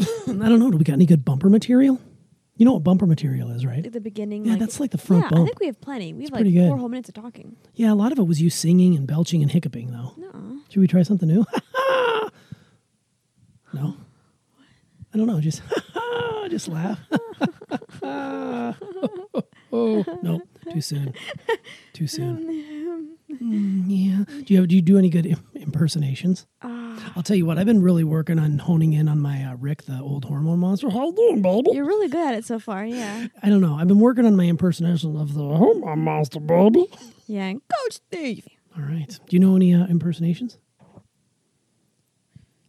I don't know. Do we got any good bumper material? You know what bumper material is, right? At the beginning. Yeah, like, that's like the front yeah, I bump. think we have plenty. We have like pretty good. four whole minutes of talking. Yeah, a lot of it was you singing and belching and hiccuping, though. No. Should we try something new? no. I don't know. Just just laugh. oh no, too soon. Too soon. Mm, yeah. Do you have, do you do any good im- impersonations? Ah, I'll tell you what. I've been really working on honing in on my uh, Rick, the old hormone monster. How you doing, baby? You're really good at it so far. Yeah. I don't know. I've been working on my impersonation of the hormone monster, baby. Yeah. and Coach Steve. All right. Do you know any uh, impersonations?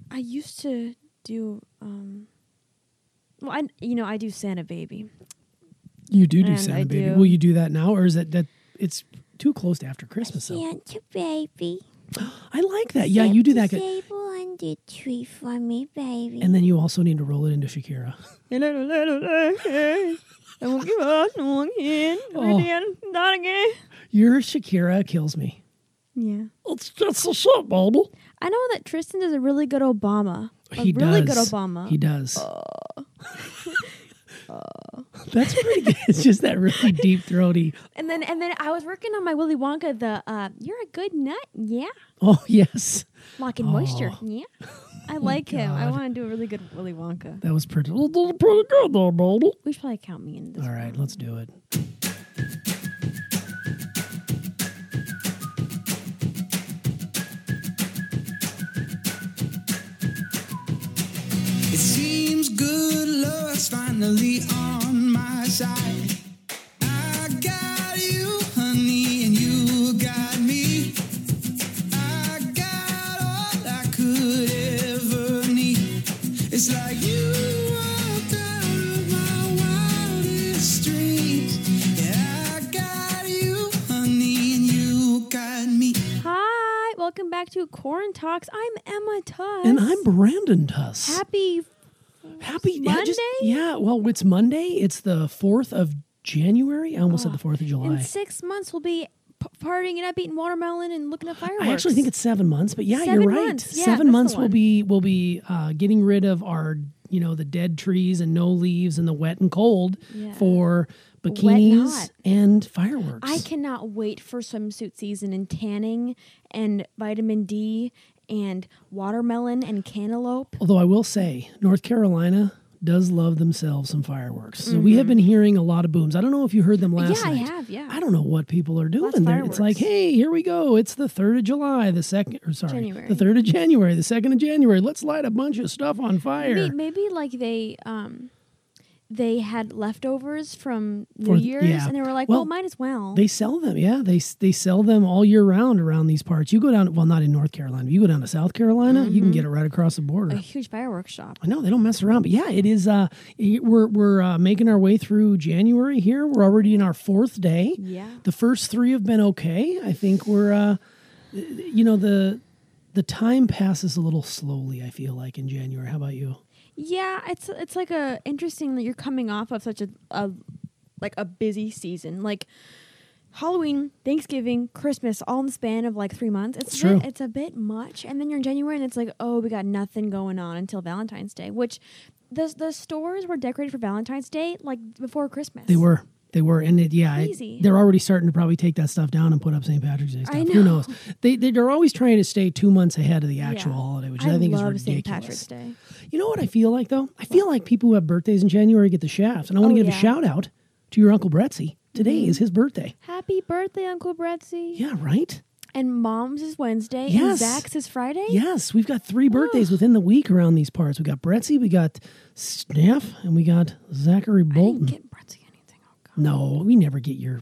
I used to do. um Well, I you know I do Santa Baby. You do do And Santa I Baby. do. Will you do that now, or is that that it's too close to after Christmas? Though Santa baby. I like that. Yeah, you do that. good. Disable under tree for me, baby. And then you also need to roll it into Shakira. I won't give up. I won't end. Oh. Not again. Your Shakira kills me. Yeah. It's just a shit, baby. I know that Tristan does a really good Obama. A He really does. good Obama. Uh. He does. That's pretty good. It's just that really deep throaty. and then and then I was working on my Willy Wonka. The uh, you're a good nut. Yeah. Oh yes, Locking moisture. Oh. Yeah. I like him. I want to do a really good Willy Wonka. that was pretty. Pretty good there, baby. We should probably count me in this. All right, let's do it. It seems good luck's finally on my side. I got you, honey, and you got me. I got all I could ever need. It's like you walked out of my wildest dreams. Yeah, I got you, honey, and you got me. Hi, welcome back to Corn Talks. I'm Emma Tuss. And I'm Brandon Tuss. happy. Happy Yeah, just- Monday? yeah, well, it's Monday. It's the fourth of January. I almost said the fourth of In July. six months, we'll be p- partying and up, eating watermelon and looking at fireworks. I actually think it's seven months, but yeah, Seven you're right. months. Yeah, that's seven the months will one. be will be uh, getting rid of our you know the dead trees and no leaves and the wet and cold Yeah. for and hot. bikinis and fireworks. I cannot wait for swimsuit season and tanning and vitamin D and watermelon and cantaloupe. Although I will say, North Carolina does love themselves some fireworks. So we have been hearing a lot of booms. I don't know if you heard them last Mm-hmm. yeah, night. I have. Yeah, I don't know what people are doing Lots of there. It's like, fireworks. hey, here we go. It's the third of July, the second, or sorry, January. the third of January, the second of January. Let's light a bunch of stuff on fire. Maybe, maybe like they um they had leftovers from New For- Year's yeah. and they were like, Well, well, might as well. They sell them, yeah. They they sell them all year round around these parts. You go down, well, not in North Carolina. But you go down to South Carolina, Mm-hmm. you can get it right across the border. a huge fireworks shop. I know they don't mess around, but yeah, it is. Uh, it- we're we're uh, making our way through January here. We're already in our fourth day. Yeah. the first three have been okay. I think we're, uh, you know, the the time passes a little slowly. I feel like in January. How about you? Yeah, it's it's like a interesting that you're coming off of such a, a like a busy season. Like Halloween, Thanksgiving, Christmas, all in the span of like three months. It's, a True. Bit, it's a bit much. And then you're in January and it's like, oh, we got nothing going on until Valentine's Day, which the the stores were decorated for Valentine's Day like before Christmas. They were. They were, and it, yeah, it- Crazy. they're already starting to probably take that stuff down and put up St. Patrick's Day stuff. I Who know. knows? They they- they're always trying to stay two months ahead of the Yeah. actual holiday, which I, I, think love is St. ridiculous. Patrick's Day. You know what I feel like though? I feel like people who have birthdays in January get the shafts, and I want Oh, to give yeah. Mm-hmm. a shout out to your uncle Bretzi. Today is his birthday. Happy birthday, Uncle Bretzi. Yeah, right. And Mom's is Wednesday. And Yes. Zach's is Friday. Yes, we've got three birthdays within the week around these parts. We got Bretzi, we got Sniff, and we got Zachary I didn't Bolton. get Bretzi anything. Oh, God. No, we never get your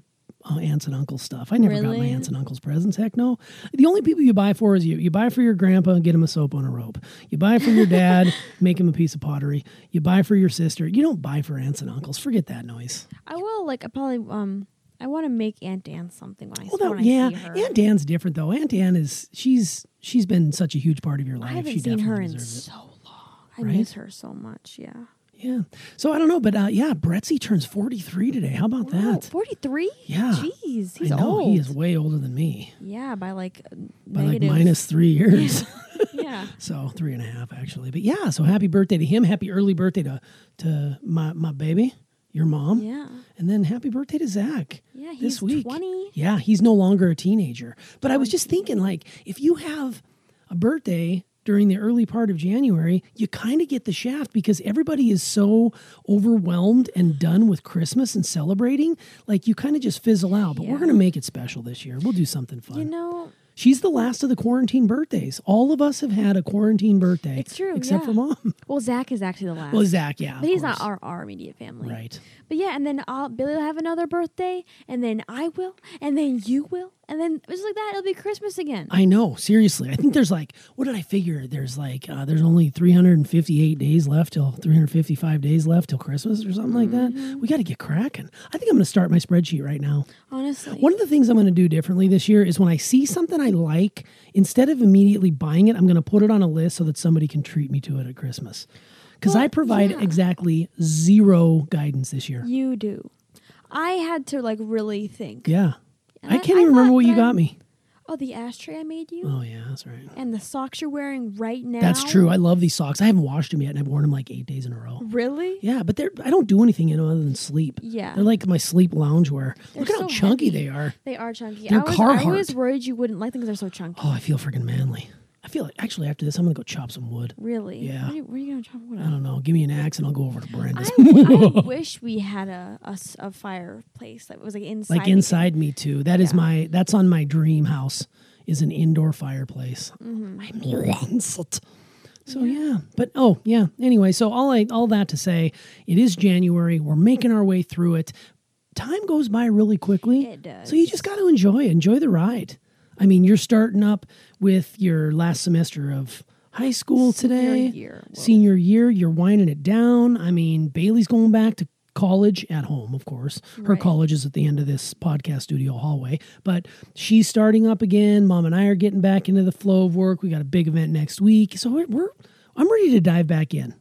uh, aunts and uncles stuff. I never got my Really? aunts and uncles presents. Heck no. The only people you buy for is you. You buy for your grandpa and get him a soap on a rope. You buy for your dad, make him a piece of pottery. You buy for your sister. You don't buy for aunts and uncles. Forget that noise. I will like I probably um I want to make Aunt Dan something when I, Well, that, when yeah, I see her. Aunt Dan's different though. Aunt Dan is she's she's been such a huge part of your life. I haven't she seen definitely her in deserves it. so long. I Right? miss her so much. Yeah. Yeah. So I don't know, but uh, yeah, Bretzi turns 43 today. How about that? 43? Yeah. Oh, Jeez, he's I know old. he is way older than me Yeah, by like uh, by negative. like minus three years. yeah. so three and a half actually. But yeah, so happy birthday to him. Happy early birthday to to my my baby, your mom. Yeah. And then happy birthday to Zach. Yeah, this he's week. 20. Yeah, he's no longer a teenager. But I was just thinking, like, if you have a birthday during the early part of January, you kind of get the shaft because everybody is so overwhelmed and done with Christmas and celebrating. Like, you kind of just fizzle out. But we're Yeah. going to make it special this year. We'll do something fun. You know, She's the last of the quarantine birthdays. All of us have had a quarantine birthday. It's true, Except yeah. for mom. well, Zach is actually the last. Well, Zach, yeah. of but he's not course. our, our immediate family. Right. But yeah, and then I'll, Billy will have another birthday, and then I will, and then you will, and then just like that, it'll be Christmas again. I know, seriously. I think there's like, what did I figure? There's like, uh, there's only 358 days left till 355 days left till Christmas or something like Mm-hmm. that. We got to get cracking. I think I'm going to start my spreadsheet right now. Honestly. One of the things I'm going to do differently this year is when I see something I like, instead of immediately buying it, I'm going to put it on a list so that somebody can treat me to it at Christmas. Because I provide exactly zero guidance this year. you do. I had to like really think. Yeah. And I I- can't I even remember thought what you that- got me. Oh, the ashtray I made you, Oh, yeah, that's right. and the socks you're wearing right now. Hmm. That's true. I love these socks. I haven't washed them yet, and I've worn them like eight days in a row. Really? Yeah, but they're I don't do anything you know other than sleep. Yeah. they're like my sleep loungewear. Look at how so chunky heavy. they are. They are chunky. They're I was, I Carhartt. was worried you wouldn't like them because they're so chunky. Oh, I feel freaking manly. I feel like actually after this, I'm gonna go chop some wood. Really? Yeah. Where are you, where you gonna chop wood I up? don't know. Give me an axe, and I'll go over to I, Brenda's. w- I wish we had a, a s- a fireplace that was like inside. like we could- inside me too. That is Yeah. my. That's on my dream house. Is an indoor fireplace. Mm-hmm. I'm rancid. So yeah, but oh yeah. Anyway, so all I all that to say, it is January. We're making our way through it. Time goes by really quickly. It does. So you just got to enjoy it. Enjoy the ride. I mean, you're starting up with your last semester of high school today. year. Whoa. Senior year, you're winding it down. I mean, Bailey's going back to college at home, of course. Her Right. college is at the end of this podcast studio hallway, but she's starting up again. Mom and I are getting back into the flow of work. We got a big event next week. So we're, we're I'm ready to dive back in.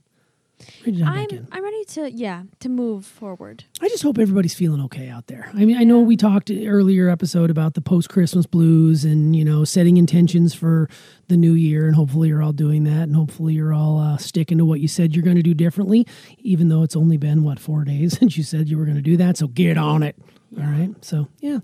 Ready to dive back in. I'm I'm ready to yeah to move forward. I just hope everybody's feeling okay out there. I mean, I know we talked earlier episode about the post Christmas blues and you know setting intentions for the new year, and hopefully you're all doing that, and hopefully you're all uh, sticking to what you said you're going to do differently, even though it's only been what four days since you said you were going to do that. So get on it. All right. So yeah,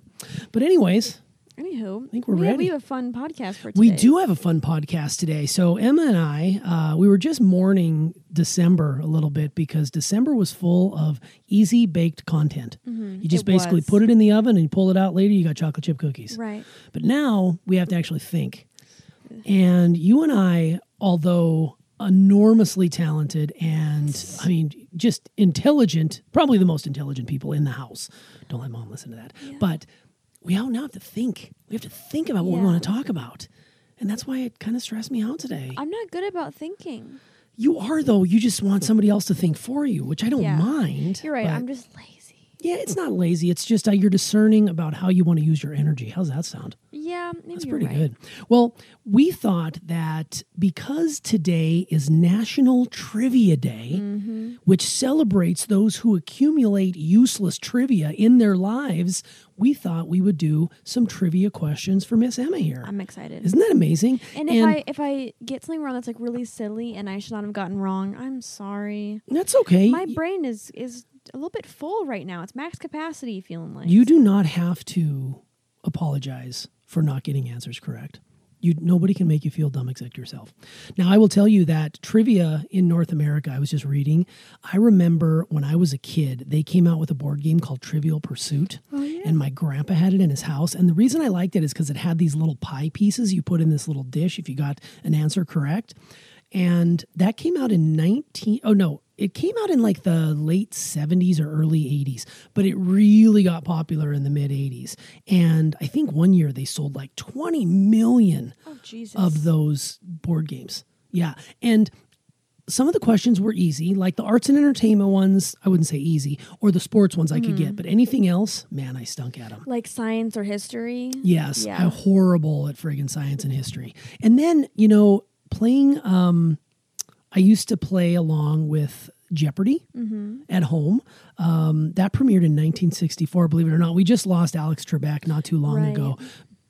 but anyways, Anywho, I think we're we, ready. We have a fun podcast for today. we do have a fun podcast today. So Emma and I, uh, we were just mourning December a little bit because December was full of easy baked content. You just Mm-hmm. it basically was. put it in the oven and you pull it out later. You got chocolate chip cookies. right. But now we have to actually think. And you and I, although enormously talented and I mean just intelligent, probably the most intelligent people in the house. Don't let mom listen to that. But we all now have to think. We have to think about what we Yeah. want to talk about. And that's why it kind of stressed me out today. I'm not good about thinking. you are though. You just want somebody else to think for you, which I don't Yeah. mind. You're right. but- I'm just lazy. yeah, it's not lazy. It's just uh, you're discerning about how you want to use your energy. How's that sound? Yeah, maybe That's you're pretty right. good. Well, we thought that because today is National Trivia Day, Mm-hmm. which celebrates those who accumulate useless trivia in their lives, we thought we would do some trivia questions for Miss Emma here. I'm excited. Isn't that amazing? and if I if I get something wrong that's like really silly and I should not have gotten wrong, I'm sorry. that's okay. My brain is is a little bit full right now. It's max capacity feeling like. you do not have to apologize for not getting answers correct. You, nobody can make you feel dumb except yourself. Now, I will tell you that trivia in North America, I was just reading. I remember when I was a kid, they came out with a board game called Trivial Pursuit. And my grandpa had it in his house. And the reason I liked it is because it had these little pie pieces you put in this little dish if you got an answer correct. And that came out in 19, oh no, it came out in like the late 70s or early 80s, but it really got popular in the mid 80s. And I think one year they sold like 20 million oh Jesus. of those board games. Yeah. And some of the questions were easy, like the arts and entertainment ones, I wouldn't say easy, or the sports ones I could get, but anything else, man, I stunk at them. like science or history. Yes, Yeah. I'm horrible at friggin' science and history. And then, you know, playing um I used to play along with Jeopardy Mm-hmm. at home. Um, that premiered in 1964, believe it or not. We just lost Alex Trebek not too long Right. ago.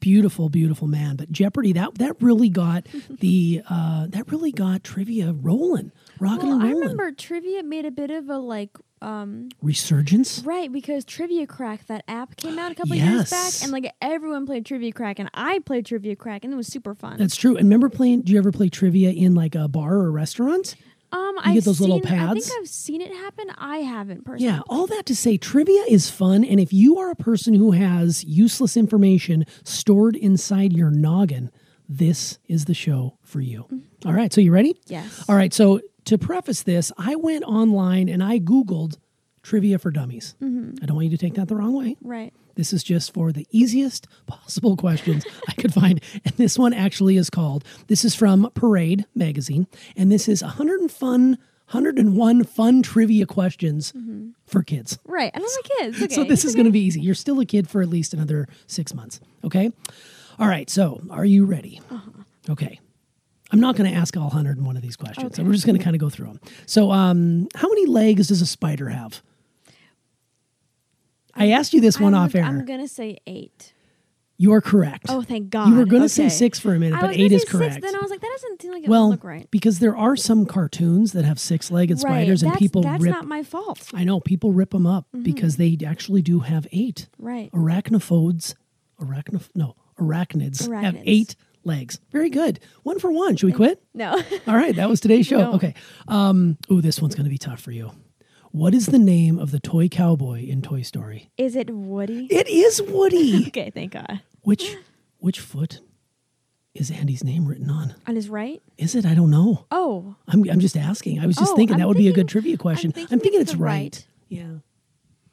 Beautiful, beautiful man. But Jeopardy that that really got the uh, that really got trivia rolling, rocking Well, and I rolling. remember trivia made a bit of a like um Resurgence. right because Trivia Crack that app came out a couple Yes. years back and like everyone played Trivia Crack and I played Trivia Crack and it was super fun. That's true. And remember playing? Do you ever play trivia in like a bar or a restaurant? um you I've get those seen, little I pads? think I've seen it happen. I haven't personally. Yeah, all that to say, trivia is fun. And if you are a person who has useless information stored inside your noggin, this is the show for you. All right, so you ready? Yes. All right, so to preface this, I went online and I Googled trivia for dummies. I don't want you to take that the wrong way. Right. This is just for the easiest possible questions I could find. And this one actually is called, this is from Parade magazine, and this is 100 and fun, 101 fun trivia questions for kids. Right. I don't like kids. Mm-hmm. Okay. So this is going to be easy. You're still a kid for at least another six months. Okay. All right. So are you ready? Uh-huh. Okay. I'm not going to ask all 101 of these questions. So we're just going to kind of go through them. So, um, how many legs does a spider have? I asked you this one I'm, off air. I'm gonna say eight. You are correct. Oh, thank God. You were going to say Okay. six for a minute, I but was gonna eight is say six, correct. then I was like, that doesn't seem like it well, would look right. because there are some cartoons that have six-legged right. spiders, and that's, people that's rip. not my fault. I know people rip them up because they actually do have eight. Right. Arachnophobes, arachnoph no arachnids, have Arachnids. eight legs. Very good. One for one. Should we quit? No. All right, that was today's show. No. Okay. Um, ooh, this one's going to be tough for you. What is the name of the toy cowboy in Toy Story? is it Woody? It is Woody. okay, thank God. Which which foot is Andy's name written on? On his right? Is it? I don't know. Oh. I'm I'm just asking. I was just Oh, thinking I'm that would be a good thinking- trivia question. I'm thinking, thinking it's, it's the right. right. Yeah.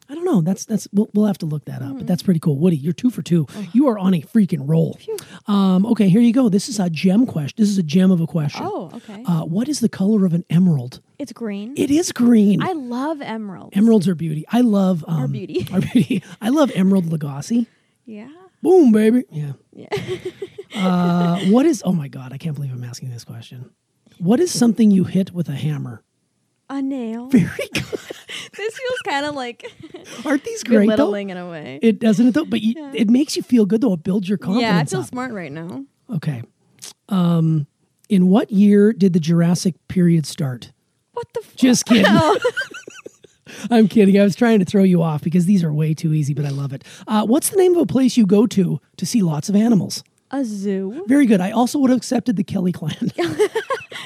I don't know. That's that's we'll, we'll have to look that up. Hmm. But that's pretty cool. Woody, you're two for two. You are on a freaking roll. Um, okay, here you go. This is a gem question. This is a gem of a question. Oh, okay. Uh, what is the color of an emerald? it's green. It is green. I love emeralds. Emeralds are beauty. I love um, beauty. our beauty. I love Emerald Lagasse. yeah. Boom, baby. Yeah. uh, what is, oh my God, I can't believe I'm asking this question. What is something you hit with a hammer? A nail. Very good. this feels kind of like Aren't these great though? belittling in a way. It doesn't it though, but you, it makes you feel good though. It builds your confidence. yeah, I feel up. smart right now. Okay. Um, in what year did the Jurassic period start? What the f- Just kidding. I'm kidding. I was trying to throw you off because these are way too easy, but I love it. Uh, what's the name of a place you go to to see lots of animals? A zoo? Very good. I also would have accepted the Kelly clan.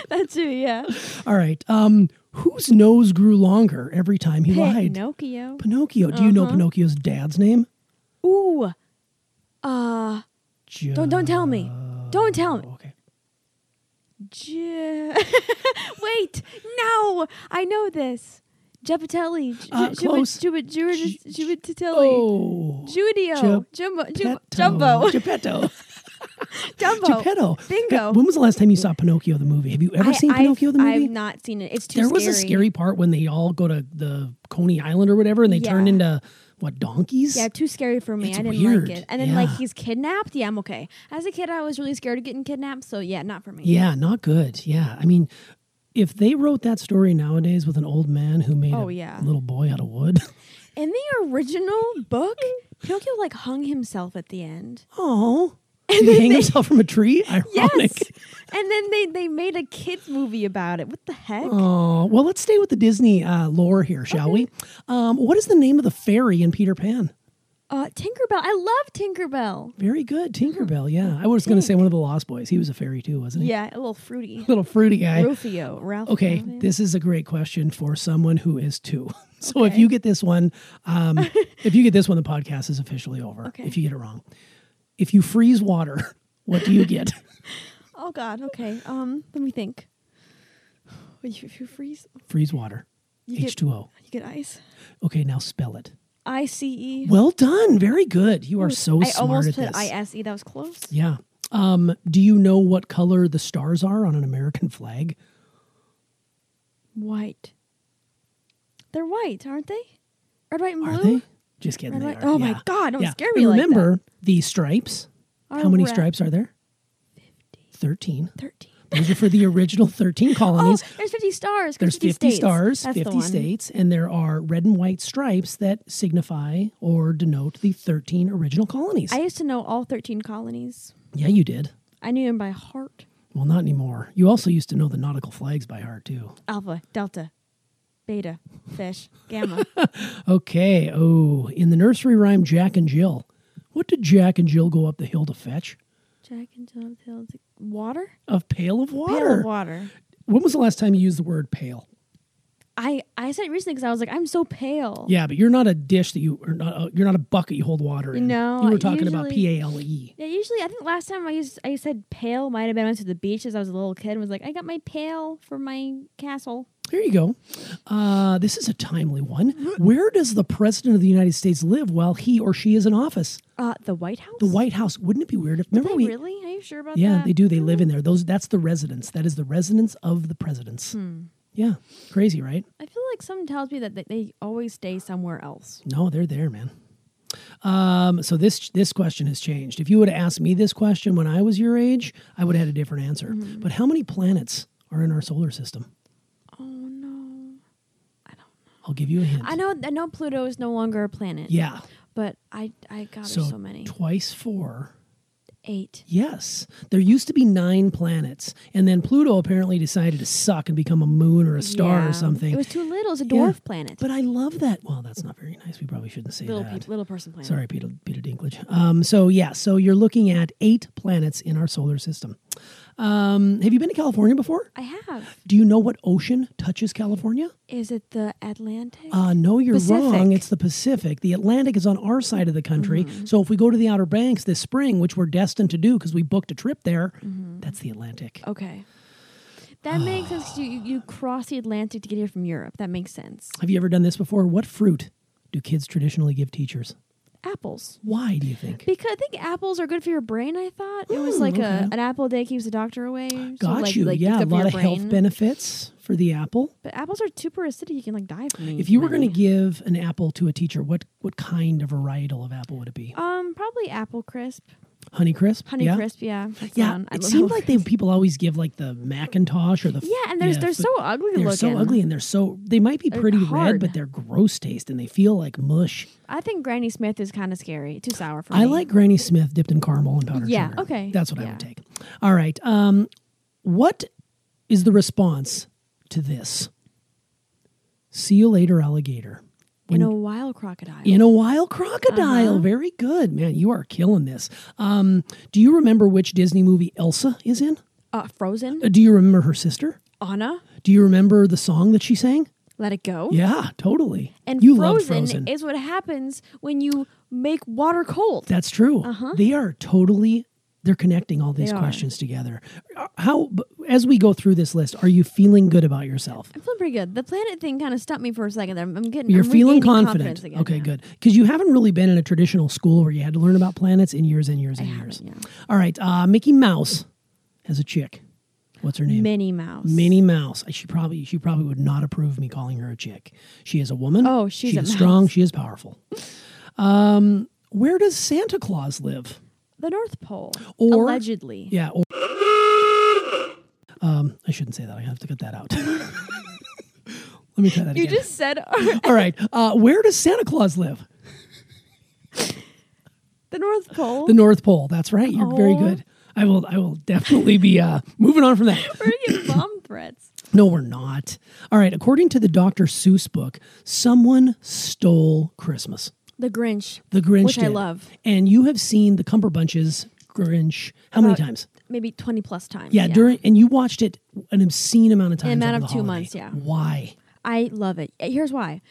That's who, yeah. All right. Um, whose nose grew longer every time he lied? Pinocchio. Pinocchio. Do you Uh-huh. know Pinocchio's dad's name? Ooh. Uh, Jo- don't don't tell me. Don't tell me. Okay. Ju- Wait, no, I know this. Gepitelli. Ju- Uh, Ju- close. Ju- Ju- Ju- Ju- Jubatitelli. Oh. Judio. Jumbo. Ju- Geppetto. Jumbo. Geppetto. Jumbo. Geppetto. Bingo. When was the last time you saw Pinocchio the movie? Have you ever I- seen I've- Pinocchio the movie? I've not seen it. It's too there scary. was a scary part when they all go to the Coney Island or whatever, and they Yeah. turn into what donkeys? Yeah, too scary for me. It's I didn't weird. like it. And then like Yeah. he's kidnapped. Yeah, I'm okay. As a kid, I was really scared of getting kidnapped. So yeah, not for me. Yeah, not good. Yeah, I mean, if they wrote that story nowadays with an old man who made Oh, a yeah. little boy out of wood, In the original book, Pinocchio like hung himself at the end. oh, did he hang himself from a tree? Ironic. Yes. and then they they made a kids movie about it. What the heck? Oh well, let's stay with the Disney uh, lore here, shall we? Um, what is the name of the fairy in Peter Pan? Uh, Tinkerbell. I love Tinkerbell. Very good, Tinkerbell. Yeah, I was going to say one of the Lost Boys. He was a fairy too, wasn't he? Mm-hmm. Yeah, a little fruity. Little fruity guy. Rufio, Ralph. Okay, Macchio. this is a great question for someone who is two. So if you get this one, um, if you get this one, the podcast is officially over. Okay. If you get it wrong, if you freeze water, what do you get? Oh God. Okay. Um, let me think. If you, if you freeze, freeze water, You get- H two O. you get ice. Okay, now spell it. I C E. Well done, very good. You are so I smart almost at put this. I S E. That was close. yeah. Um, do you know what color the stars are on an American flag? White. They're white, aren't they? Red, white, and blue. Are they? Just kidding. Red, they white- are. oh my Yeah. God, don't yeah. scare And me like that. remember the stripes. Are How many red. stripes are there? Thirteen. Thirteen. Those are for the original 13 Oh, colonies. there's 50 stars. 'cause There's 50 states. stars, That's the 50 one. states, and there are red and white stripes that signify or denote the 13 original colonies. I used to know all 13 colonies. yeah, you did. I knew them by heart. Well, not anymore. You also used to know the nautical flags by heart, too. Alpha, Delta, Beta, Fish, Gamma. Okay. Oh, in the nursery rhyme Jack and Jill, what did Jack and Jill go up the hill to fetch? Jack and Jill Hill. Water? A pail of water. Pail of water. When was the last time you used the word pail? I, I said it recently because I was like, I'm so pale. Yeah, but you're not a dish that you, or not a, you're not a bucket you hold water in. No, you were talking about P usually- A L E. Yeah, usually I think last time I used I said pail might have been I went to the beach as I was a little kid and was like, I got my pail for my castle. There you go. Uh, this is a timely one. Where does the president of the United States live while he or she is in office? Uh the White House? The White House. Wouldn't it be weird if? Remember They we? really? Are you sure about that? Mm. Yeah, they do. They live in there. Those. That's the residence. That is the residence of the presidents. Hmm. Yeah, crazy, right? I feel like something tells me that that they always stay somewhere else. No, they're there, man. Um, so this this question has changed. If you would have asked me this question when I was your age, I would have had a different answer. Mm-hmm. But how many planets are in our solar system? Oh no. I'll give you a hint. I know I know Pluto is no longer a planet. Yeah. But I I got So, so many. twice four. Eight. Yes, there used to be nine planets, and then Pluto apparently decided to suck and become a moon or a star Yeah. or something. It was too little. It's a Yeah. dwarf planet. But I love that. Well, that's not very nice. We probably shouldn't say little that. pe- little person planet. Sorry, Peter, Peter Dinklage. Um, so yeah, so you're looking at eight planets in our solar system. Um, have you been to California before? I have. Do you know what ocean touches California? Is it the Atlantic? Uh, no, you're wrong. Pacific. It's the Pacific. The Atlantic is on our side of the country. Mm-hmm. So if we go to the Outer Banks this spring, which we're destined to do because we booked a trip there, Mm-hmm. that's the Atlantic. okay. That makes sense. 'cause You, you you cross the Atlantic to get here from Europe. That makes sense. Have you ever done this before? What fruit do kids traditionally give teachers? Apples. Why do you think? Because I think apples are good for your brain. I thought it was Mm, like okay. a an apple a day keeps the doctor away. so, Got like- you. like, yeah, a good for your lot of health brain. benefits for the apple. But apples are super acidic. You can like die from these, If you were going really. to give an apple to a teacher, what what kind of varietal of apple would it be? um probably apple crisp, Honey crisp. honey yeah? crisp. Yeah, that's the Yeah, one. I it love seemed Apple like they Crisp. people always give like the Macintosh or the f- Yeah, and they're they're but so ugly they're looking. so ugly and they're so they might be They're pretty red, hard. but they're gross taste and they feel like mush. I think Granny Smith is kind of scary. Too sour for me. I like Granny Smith dipped in caramel and powdered Yeah, sugar. okay, that's what I yeah. would take. All right, um, what is the response to this? See you later, alligator. in a wild crocodile. In a wild crocodile. Uh-huh. Very good, man. You are killing this. Um, do you remember which Disney movie Elsa is in? uh, Frozen. Uh, Do you remember her sister? Anna. Do you remember the song that she sang? Let it go. Yeah, totally. And you frozen, love Frozen. is what happens when you make water cold. That's true. They are totally. They're connecting all these Uh-huh. They are. questions together. Uh, How, b- as we go through this list, are you feeling good about yourself? I'm feeling pretty good. The planet thing kind of stumped me for a second there. I'm I'm getting. You're I'm feeling regaining confident. confidence again. okay, yeah. good. Because you haven't really been in a traditional school where you had to learn about planets in years and years and years. haven't, yeah. All right, uh, Mickey Mouse has a chick. What's her name? Minnie Mouse. Minnie Mouse. She probably she probably would not approve of me calling her a chick. She is a woman. Oh, she's she a is mouse. strong. She is powerful. Um, where does Santa Claus live? The North Pole. Or- allegedly. Yeah. Or, um, I shouldn't say that. I have to cut that out. Let me try that You again. just said All right. Uh, where does Santa Claus live? the North Pole. The North Pole. That's right. You're very Aw. good. I will. I will definitely be uh, moving on from that. We're getting bomb threats. No, we're not. All right. According to the Dr. Seuss book, someone stole Christmas. The Grinch. The Grinch, Which I did. love. And you have seen the Cumberbunch's Grinch how many About- times? Maybe twenty plus times. Yeah, during and you watched it an obscene amount of times. amount over of the holiday. two months, yeah. Why? I love it. Eh, Here's why.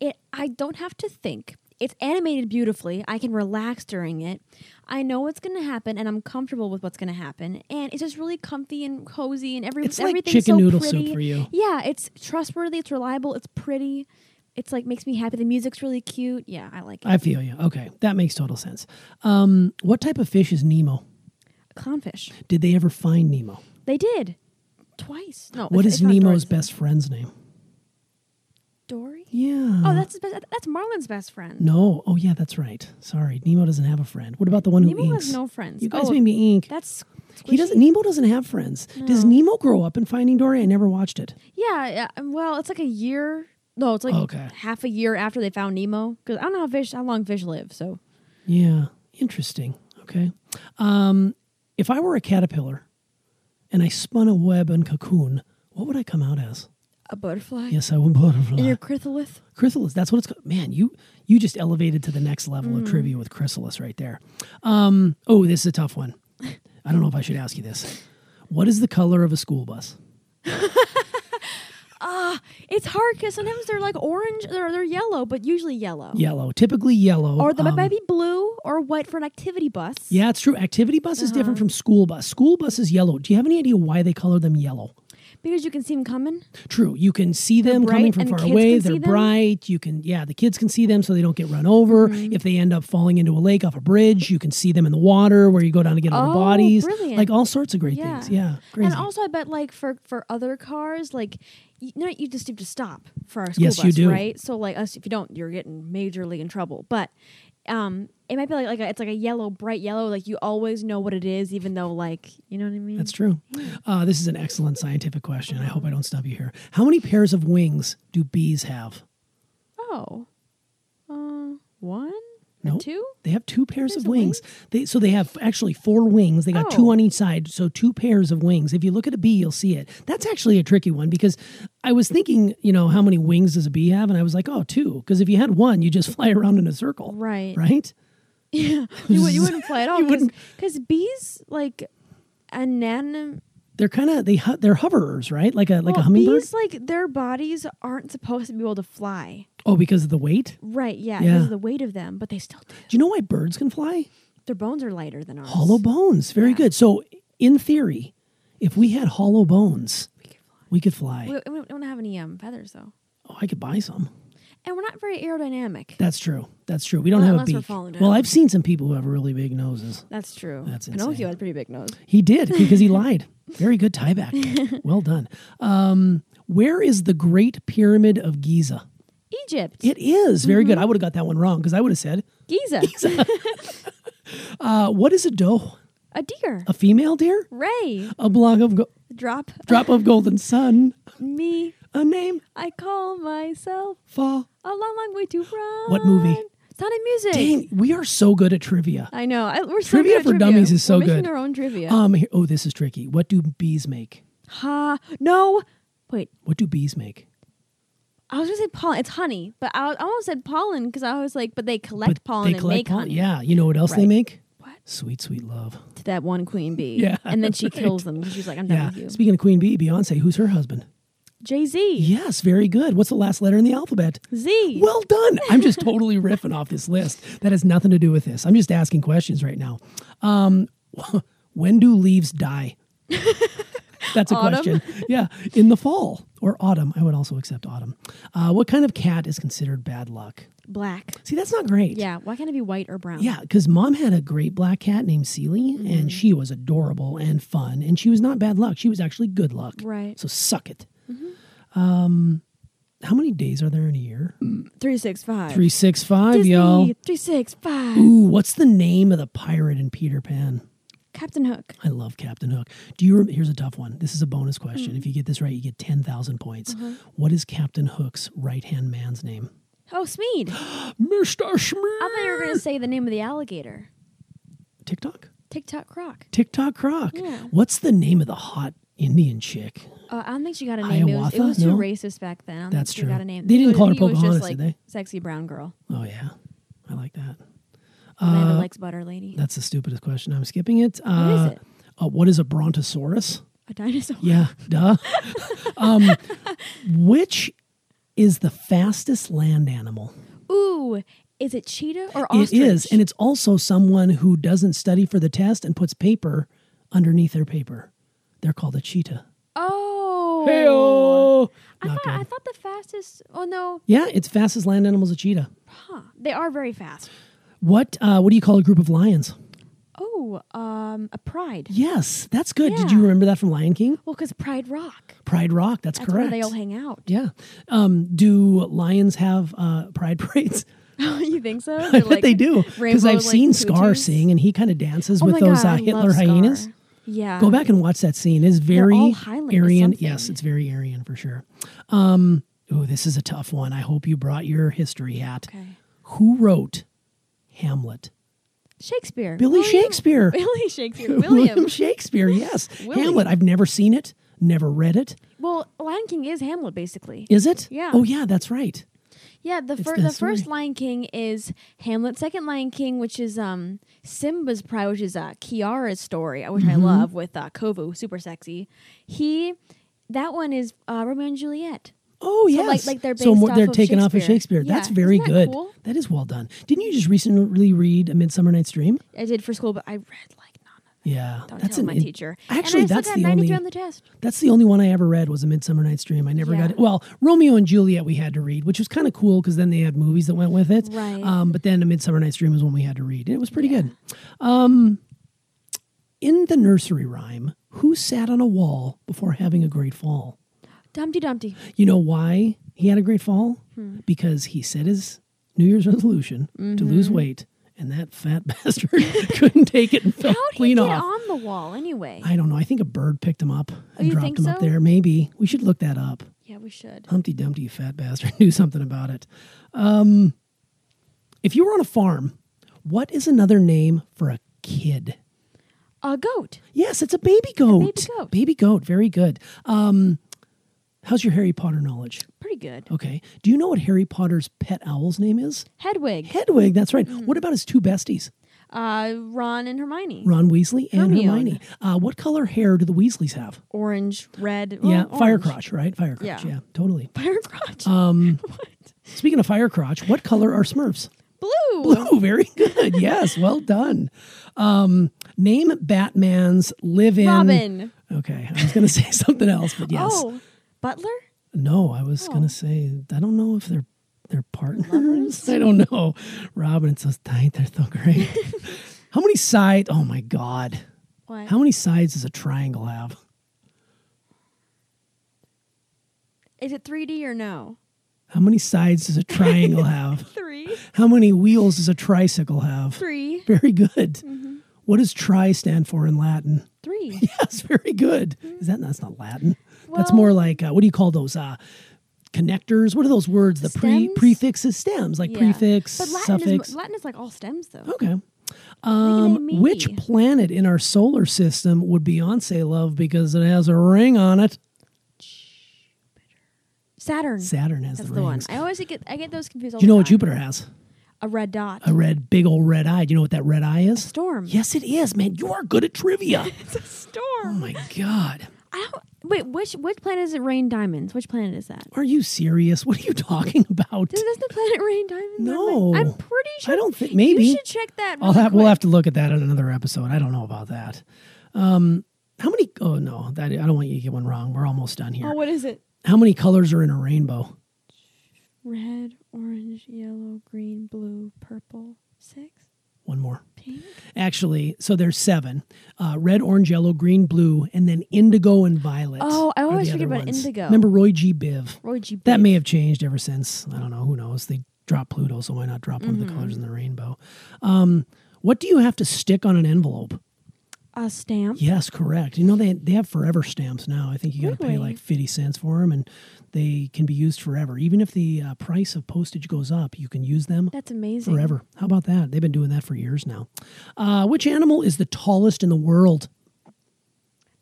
It I don't have to think. It's animated beautifully. I can relax during it. I know what's going to happen and I'm comfortable with what's going to happen. And it's just really comfy and cozy and every It's like everything's chicken so noodle soup pretty. for you. Yeah, it's trustworthy, it's reliable, it's pretty. It's like makes me happy. The music's really cute. Yeah, I like it. I feel you. Okay, that makes total sense. Um, what type of fish is Nemo? Clownfish. Did they ever find Nemo? They did. Twice. No. What is it's- it's not Nemo's Dory. best friend's name? Dory? Yeah. Oh, No, that's his best, that's Marlin's best friend. Uh-huh. No. Oh yeah, that's right. Sorry, Nemo doesn't have a friend. What about the one who Nemo inks? has no friends. You guys oh, made me ink. that's He squishy. doesn't. Nemo doesn't have friends. Does No. Nemo grow up in Finding Dory? I never watched it. Yeah, yeah. um, Well, it's like a year. No, it's like Oh, Okay. half a year after they found Nemo. Because I don't know how fish, how long fish live. So Yeah. Interesting. Okay. Um, if I were a caterpillar, and I spun a web and cocoon, what would I come out as? a butterfly. Yes, I would butterfly. And your chrysolith. Chrysalis. That's what it's called. Man, you you just elevated to the next level Mm. of trivia with Chrysalis right there. Um, oh, this is a tough one. I don't know if I should ask you this. What is the color of a school bus? It's hard because sometimes they're like orange or they're yellow, but usually yellow. Yellow, typically yellow. Oh. Or the um, maybe blue or white for an activity bus. Yeah, it's true. Activity bus is different Uh-huh. from school bus. School bus is yellow. Do you have any idea why they color them yellow? Because you can see them coming. True. You can see them coming bright from and far kids away. can They're see them? bright. You can, yeah, the kids can see them so they don't get run over. Mm-hmm. If they end up falling into a lake off a bridge, you can see them in the water where you go down to get all the Oh, bodies. brilliant. Like all sorts of great Yeah. things. Yeah. Crazy. And also, I bet like for for other cars, like you know, you just need to stop for our school Yes, bus, you do. right? So like us, if you don't, you're getting majorly in trouble. But um, it might be like like a, it's like a yellow, bright yellow. Like you always know what it is, even though like you know what I mean. That's true. Uh, this is an excellent scientific question. I hope I don't stump you here. How many pairs of wings do bees have? oh, uh, one, Nope. two. They have two pairs, Pairs of of wings. They so they have actually four wings. They got two Oh. on each side, so two pairs of wings. If you look at a bee, you'll see it. That's actually a tricky one because I was thinking, you know, how many wings does a bee have? And I was like, oh, two. Because if you had one, you just fly around in a circle, Right. Right? Yeah, you, wou- you wouldn't fly at all wouldn't. because bees like anan. They're kind of they hu- they're hoverers, right? Like a like a well, hummingbird. Bees like their bodies aren't supposed to be able to fly. Oh, because of the weight. Right, yeah, Yeah. because of the weight of them, but they still do. Do you know why birds can fly? Their bones are lighter than ours. Hollow bones. Very good. So, in theory, if we had hollow bones, we could fly. We, we don't have any um, feathers though, Oh, I could buy some. and we're not very aerodynamic. That's true. That's true. We don't Well, have a unless we're beak. falling Well, down. I've seen some people who have really big noses. That's true. That's Pinocchio insane. had a pretty big nose. He did because he lied. Very good tie back. well done. Um, where is the Great Pyramid of Giza? Egypt, It is very Mm-hmm. good. I would have got that one wrong because I would have said, Giza, uh, "What is a doe? a deer, A female deer? Ray, A block of go- drop drop of golden sun? me. A name? I call myself Fall? a long, long way to run. What movie? Sound of Music. Dang, we are so good at trivia. I know. I, we're so Trivia good at for trivia. Dummies is so we're making good. Their own trivia. Um. here- oh, this is tricky. What do bees make? ha! No, wait. What do bees make? I was gonna say pollen. It's honey, but I was- I almost said pollen because I was like, but they collect pollen and make pollen. honey. Yeah. You know what else they Right. make? What? Sweet, sweet love. To that one queen bee. Yeah, and then that's she right. kills them. 'cause She's like, I'm done Yeah. with you. Speaking of Queen Bee, Beyonce, who's her husband? Jay Z. Yes, very good. What's the last letter in the alphabet? Z. Well done. I'm just totally riffing off this list. That has nothing to do with this. I'm just asking questions right now. Um, when do leaves die? That's a Autumn. question. Yeah, in the fall or autumn. I would also accept autumn. Uh, what kind of cat is considered bad luck? Black. See, that's not great. Yeah. Why can't it be white or brown? Yeah, because mom had a great black cat named Celie, Mm-hmm. and she was adorable and fun, and she was not bad luck. She was actually good luck. Right. So suck it. Um, how many days are there in a year? Three six five. Three, six, five, Disney. y'all. Three six five. Ooh, what's the name of the pirate in Peter Pan? Captain Hook. I love Captain Hook. Do you? Rem- Here's a tough one. This is a bonus question. If you get this right, you get ten thousand points. What is Captain Hook's right hand man's name? Oh, Smeed. I Mister Schmear. thought you were gonna say the name of the alligator. TikTok. TikTok Croc. TikTok Croc. Yeah. What's the name of the hot Indian chick? Uh, I don't think she got a name. It was, it Hiawatha? was too No. racist back then. I don't That's think she true. Got a name. They didn't It call her was- it was Pocahontas, just, like, did they? Sexy brown girl. Oh yeah, I like that. Uh, Amanda likes butter lady. That's the stupidest question. I'm skipping it. is Uh, it? Uh, what is a brontosaurus? A dinosaur. Yeah, duh. um, which is the fastest land animal? Ooh, is it cheetah or It ostrich? is, and it's also someone who doesn't study for the test and puts paper underneath their paper. They're called a cheetah. oh. Heyo! I Not thought I good. thought the fastest. Oh no, Yeah, it's fastest land animal is a cheetah. huh? They are very fast. What uh, what do you call a group of lions? Oh, um, a Pride. Yes, that's good. Did you Yeah. remember that from Lion King? Well, because Pride Rock. Pride Rock. That's, That's correct. where they all hang out. yeah. Um, do lions have uh, pride parades? you think so? I bet they do because I've seen Scar sing, and he kind of dances Oh with those uh, Hitler hyenas. Yeah. Go back and watch that scene. It's very all Highland or Aryan. something. Yes, it's very Aryan for sure. Um, oh, this is a tough one. I hope you brought your history hat. Okay. Who wrote Hamlet? Shakespeare. Billy William- Shakespeare. Billy Shakespeare. William. Shakespeare. Yes, William. Hamlet. I've never seen it. Never read it. well, Lion King is Hamlet, basically. Is it? Yeah. Oh yeah, that's right. Yeah, the It's fir- that the first story. Lion King is Hamlet. Second Lion King, which is um Simba's pride, which is uh, Kiara's story, uh, which Mm-hmm. I love with uh, Kovu, super sexy. He, that one is uh, Romeo and Juliet. Oh yes. like- like they're so based more- off they're of taken off of Shakespeare. Shakespeare. Yeah. That's very Isn't that good. cool? That is well done. Didn't you just recently read A Midsummer Night's Dream? I did for school, but I read like none. of it. Yeah. Don't that's tell an my in- teacher. Actually, and I that's still got the 93 only. on the test. That's the only one I ever read was A Midsummer Night's Dream. I never Yeah. got it. Well, Romeo and Juliet we had to read, which was kind of cool because then they had movies that went with it. Right. Um, but then A Midsummer Night's Dream was one we had to read, and it was pretty good. Um, in the nursery rhyme, who sat on a wall before having a great fall? Dumpty Dumpty. You know why he had a great fall? Hmm. Because he set his New Year's resolution to lose Mm-hmm. weight, and that fat bastard couldn't take it and fell How'd he clean get off. on the wall anyway? I don't know. I think a bird picked him up and you dropped think him up so? there. Maybe we should look that up. yeah, we should. Humpty Dumpty, you fat bastard, do something about it. Um, if you were on a farm, what is another name for a kid? A goat. Yes, it's a baby goat. goat. Baby goat, very good. Um, how's your Harry Potter knowledge? Pretty good. Okay. Do you know what Harry Potter's pet owl's name is? Hedwig. Hedwig, that's right. Hmm. What about his two besties, Uh, Ron and Hermione. Ron Weasley and Hermione. Hermione? Uh, what color hair do the Weasleys have? Orange, red. yeah, Uh, fire well, Oh, orange. crotch, right? Fire crotch. Yeah. yeah totally. Um, Fire crotch. what? Speaking of fire crotch, what color are Smurfs? Blue. Blue, very good. Yes, well done. Um, name Batman's live in. Robin. Okay, I was going to say something else, but yes. Oh, Butler. No, I was going Oh. to say I don't know if they're they're partners. I don't know. Robin, it's so tight. They're so great. How many sides? Oh my god! What? How many sides does a triangle have? Is it 3D or no? How many sides does a triangle have? Three. How many wheels does a tricycle have? Three. Very good. Mm-hmm. What does tri stand for in Latin? Three. Yes, very good. Is that that's not Latin? that's Mm-hmm. Well- more like uh, what do you call those uh, connectors? What are those words? The pre Stems? prefixes, stems like Yeah. prefix, But Latin suffix. is Latin is like all stems though. okay. Um, Which planet in our solar system would Beyonce love because it has a ring on it? Saturn? Saturn has That's the the one. rings. I always get I get those confused. All Do you know the what time. Jupiter has? A red dot. A red, big old red eye. Do you know what that red eye is? storm. Yes, it is, man. You are good at trivia. It's a oh storm. my god. I don't. Wait, which which planet is it? Rain diamonds. Which planet is that? Are you serious? What are you talking about? Does- Doesn't the planet rain diamonds? No. I'm pretty sure. I don't think- maybe. You should check that. I'll really have, we'll quick. have to look at that in another episode. I don't know about that. Um, how many? Oh no, that I don't want you to get one wrong. We're almost done here. Oh, what is it? How many colors are in a rainbow? Red, orange, yellow, green, blue, purple. Six. One more. Pink. Actually, so there's seven: uh, red, orange, yellow, green, blue, and then indigo and violet. Oh, I are always the forget other about indigo. Remember Roy G. Biv? Roy G. That Biv. may have changed ever since. I don't know. Who knows? They dropped Pluto, so why not drop one Mm-hmm. of the colors in the rainbow? Um, what do you have to stick on an envelope? a stamp. Yes, correct. You know they they have forever stamps now. I think you got to Really? pay like fifty cents for them, and they can be used forever. Even if the uh, price of postage goes up, you can use them That's amazing. forever. How about that? They've been doing that for years now. Uh, which animal is the tallest in the world?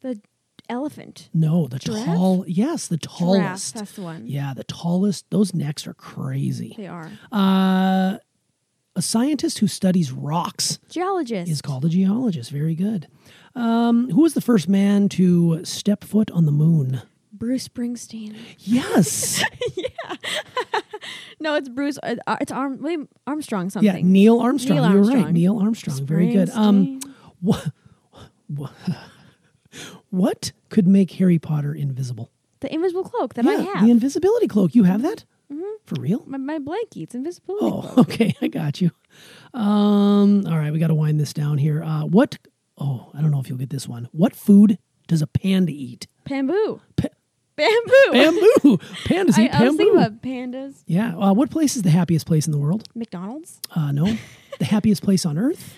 The elephant. No, the Giraffe? tall. Yes, the Giraffe. tallest. That's the one. Yeah, the tallest. Those necks are crazy. They are. Uh, a scientist who studies rocks Geologist. is called a geologist. Very good. Um, who was the first man to step foot on the moon? Bruce Springsteen. Yes. No, it's Bruce. Uh, uh, it's Arm, William Armstrong yeah, something. Neil Armstrong. Neil You're right. Armstrong. Neil Armstrong. Very good. Um what, what what could make Harry Potter invisible? the invisible cloak that I yeah, have. the invisibility cloak. You have that? For real? My, my blankie, it's invisibility. Oh, cloak. okay. I got you. Um, all right. We got to wind this down here. Uh, what? Oh, I don't know if you'll get this one. What food does a panda eat? Bamboo. Pa- Bamboo. bamboo. Pandas I, eat I was bamboo. thinking about pandas. yeah. Uh, what place is the happiest place in the world? McDonald's. Uh, no. the happiest place on earth?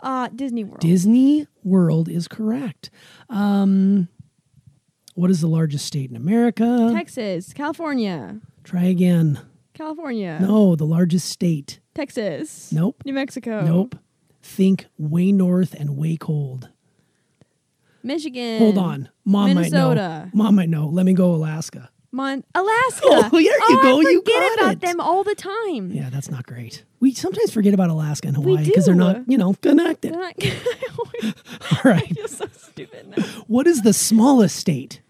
Uh, Disney World. Disney World is correct. Um, what is the largest state in America? Texas. California. Try again. California. No, the largest state. Texas. Nope. New Mexico. Nope. Think way north and way cold. Michigan. Hold on. Mom Minnesota. might know. Mom might know. Let me go Alaska. Mon- Alaska. Oh, there you Oh, go. I You forget got about it. them all the time. Yeah, that's not great. We sometimes forget about Alaska and Hawaii because they're do. not, you know, connected. They're not- I always All right. feel so stupid now. What is the smallest state?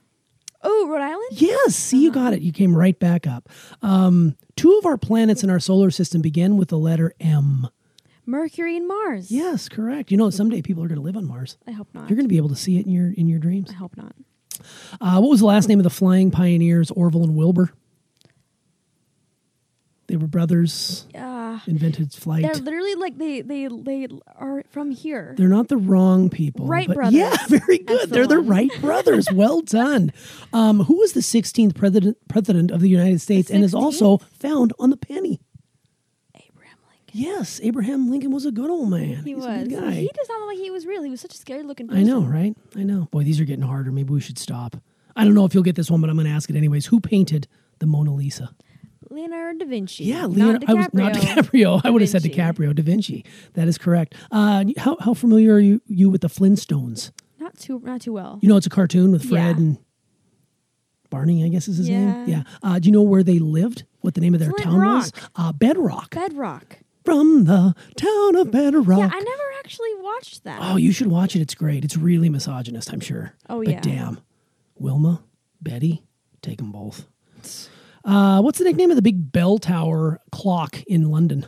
Oh, Rhode Island? Yes, see, you got it. You came right back up. Um, two of our planets in our solar system begin with the letter M. Mercury and Mars. Yes, correct. You know, someday people are going to live on Mars. I hope not. You're going to be able to see it in your in your dreams. I hope not. Uh, what was the last name of the flying pioneers, Orville and Wilbur? They were brothers, Uh, invented flight. they're literally like they they they are from here. They're not the wrong people. Wright but- brothers. Yeah, very good. That's the They're the one. Wright brothers. Well done. Um, who was the 16th president, president of the United States and is also found on the penny? Abraham Lincoln. Yes, Abraham Lincoln was a good old man. He He's was. A good guy. He does not look like he was real. He was such a scary looking person. I know, right? I know. Boy, these are getting harder. Maybe we should stop. I don't know if you'll get this one, but I'm going to ask it anyways. Who painted the Mona Lisa? Leonardo da Vinci. Yeah, not Leonardo. I was not DiCaprio. I would have said Vinci. DiCaprio. Da Vinci. That is correct. Uh, how, how familiar are you, you with the Flintstones? Not too not too well. You know, it's a cartoon with Fred Yeah. and Barney, I guess is his Yeah. name. Yeah. Uh, do you know where they lived? What the name of their Flint town was? Rock. Uh, Bedrock. Bedrock. From the town of Bedrock. Yeah, I never actually watched that. oh, you should watch it. It's great. It's really misogynist, I'm sure. Oh, but yeah. damn. Wilma, Betty, take them both. Uh, what's the nickname of the big bell tower clock in London?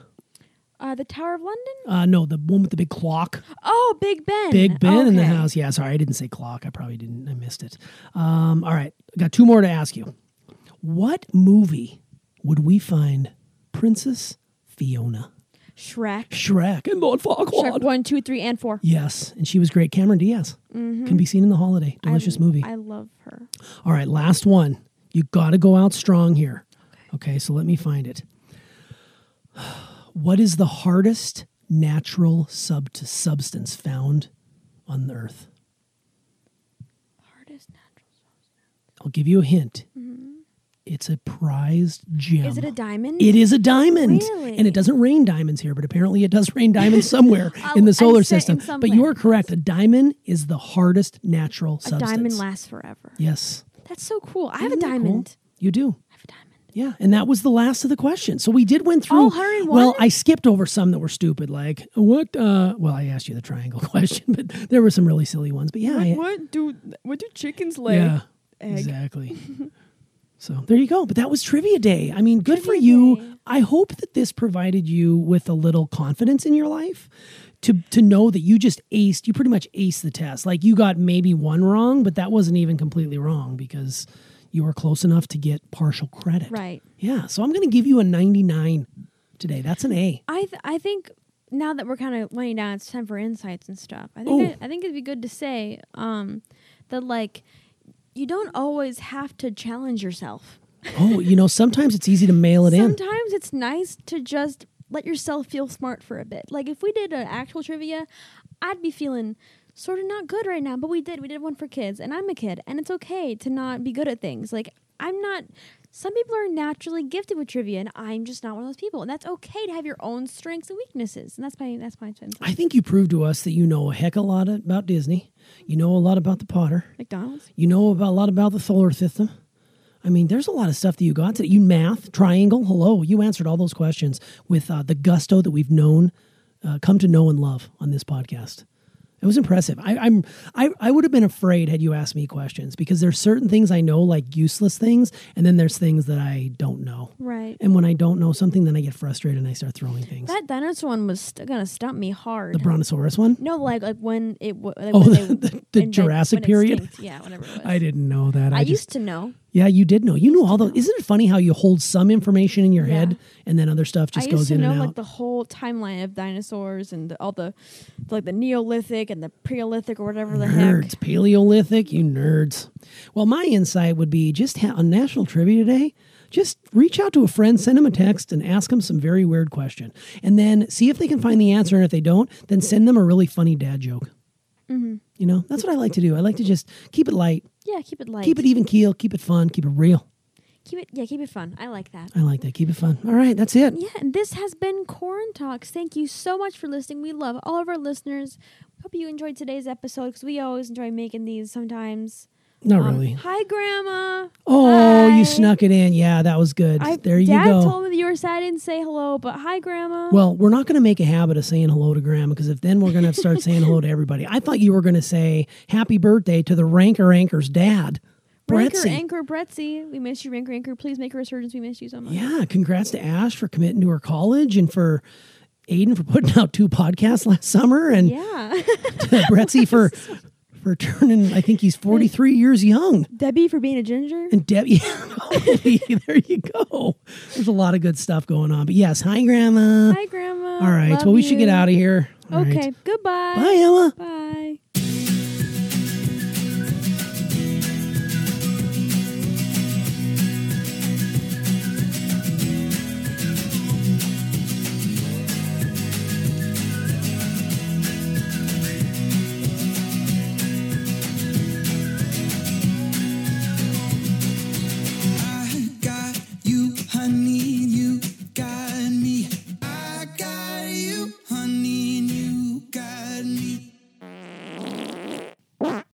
Uh, the Tower of London? Uh, no, the one with the big clock. Oh, Big Ben. Big Ben in the Okay. house. Yeah, sorry, I didn't say clock. I probably didn't. I missed it. Um, all right, I got two more to ask you. What movie would we find Princess Fiona? Shrek. Shrek and Lord Shrek Farquaad. one, two, three, and four. Yes, and she was great. Cameron Diaz Mm-hmm. can be seen in the holiday. Delicious movie. I love her. All right, last one. You got to go out strong here. Okay, so let me find it. What is the hardest natural sub- substance found on the earth? Hardest natural. I'll give you a hint. It's a prized gem. Mm-hmm. Is it a diamond? It is a diamond. Really? And it doesn't rain diamonds here, but apparently it does rain diamonds somewhere in the I'm solar certain system. some But you are planets. correct. A diamond is the hardest natural a substance. diamond lasts forever. Yes. That's so cool. I have a Isn't that cool? diamond. You do. I have a diamond. Yeah, and that was the last of the questions. So we did went through. All 101? Well, I skipped over some that were stupid, like what? uh Well, I asked you the triangle question, but there were some really silly ones. But yeah, I- What do what do chickens yeah, exactly. so there you go. But that was trivia day. I mean, good for you. I hope that this provided you with a little confidence in your life to to know that you just aced. You pretty much aced the test. Like you got maybe one wrong, but that wasn't even completely wrong because you were close enough to get partial credit. Right. Yeah. So I'm going to give you a 99 today. That's an A. I th- I think now that we're kind of winding down, it's time for insights and stuff. I Ooh. think it, I think it'd be good to say um, that like you don't always have to challenge yourself. Oh, you know, sometimes it's easy to mail it in. Sometimes it's nice to just let yourself feel smart for a bit. Like if we did an actual trivia, I'd be feeling sort of not good right now, but we did. We did one for kids, and I'm a kid, and it's okay to not be good at things. Like I'm not some people are naturally gifted with trivia and I'm just not one of those people. And that's okay to have your own strengths and weaknesses. And that's my that's my sense. I think you proved to us that you know a heck of a lot about Disney. You know a lot about the Potter. McDonald's? You know about a lot about the solar system. I mean, there's a lot of stuff that you got today. You math, triangle, hello. You answered all those questions with uh, the gusto that we've known, uh, come to know and love on this podcast. It was impressive. I, I'm I, I would have been afraid had you asked me questions because there's certain things I know like useless things, and then there's things that I don't know. Right. And when I don't know something, then I get frustrated and I start throwing things. That dinosaur one was st- gonna stump me hard. the Brontosaurus one. no, like like when it w- like Oh, when they, the- the when they- Jurassic when it period? extinct. Yeah, whatever it was. I didn't know that. I, I just used to know. Yeah, you did know. You knew all the. Isn't it funny how you hold some information in your Yeah. head and then other stuff just I used goes to in know and out? like the whole timeline of dinosaurs and the, all the like the Neolithic and the Paleolithic or whatever the nerds, heck. Paleolithic, you nerds. Well, my insight would be just ha- on National Trivia Day, just reach out to a friend, send them a text, and ask them some very weird question, and then see if they can find the answer. And if they don't, then send them a really funny dad joke. Mm-hmm. You know, that's what I like to do. I like to just keep it light, Yeah, keep it light. keep it e- even keel, keep it fun, keep it real. Keep it. Yeah, keep it fun. I like that. I like that. Keep it fun. All right, that's it. Yeah, and this has been Corn Talks. Thank you so much for listening. We love all of our listeners. Hope you enjoyed today's episode because we always enjoy making these sometimes. Not Um, really. Hi, Grandma. Oh, Hi. you snuck it in. Yeah, that was good. I, there you Dad go. told me that you were sad I didn't say hello, but hi, Grandma. Well, we're not going to make a habit of saying hello to Grandma because if then we're going to start saying hello to everybody. I thought you were going to say happy birthday to the Ranker Anchor's dad, Ranker, Bretzi. Anchor, Bretzi. We miss you, Ranker, Anchor. Please make a resurgence. We miss you so much. yeah, congrats to Ash for committing to her college and for Aiden for putting out two podcasts last summer and Yeah. to Bretzi for for turning. I think he's forty three years young. Debbie for being a ginger. And Debbie, there you go. There's a lot of good stuff going on. But yes, hi, Grandma. Hi, Grandma. All right. Love well, we should you. get out of here. All right. Okay. Goodbye. Bye, Emma. Bye.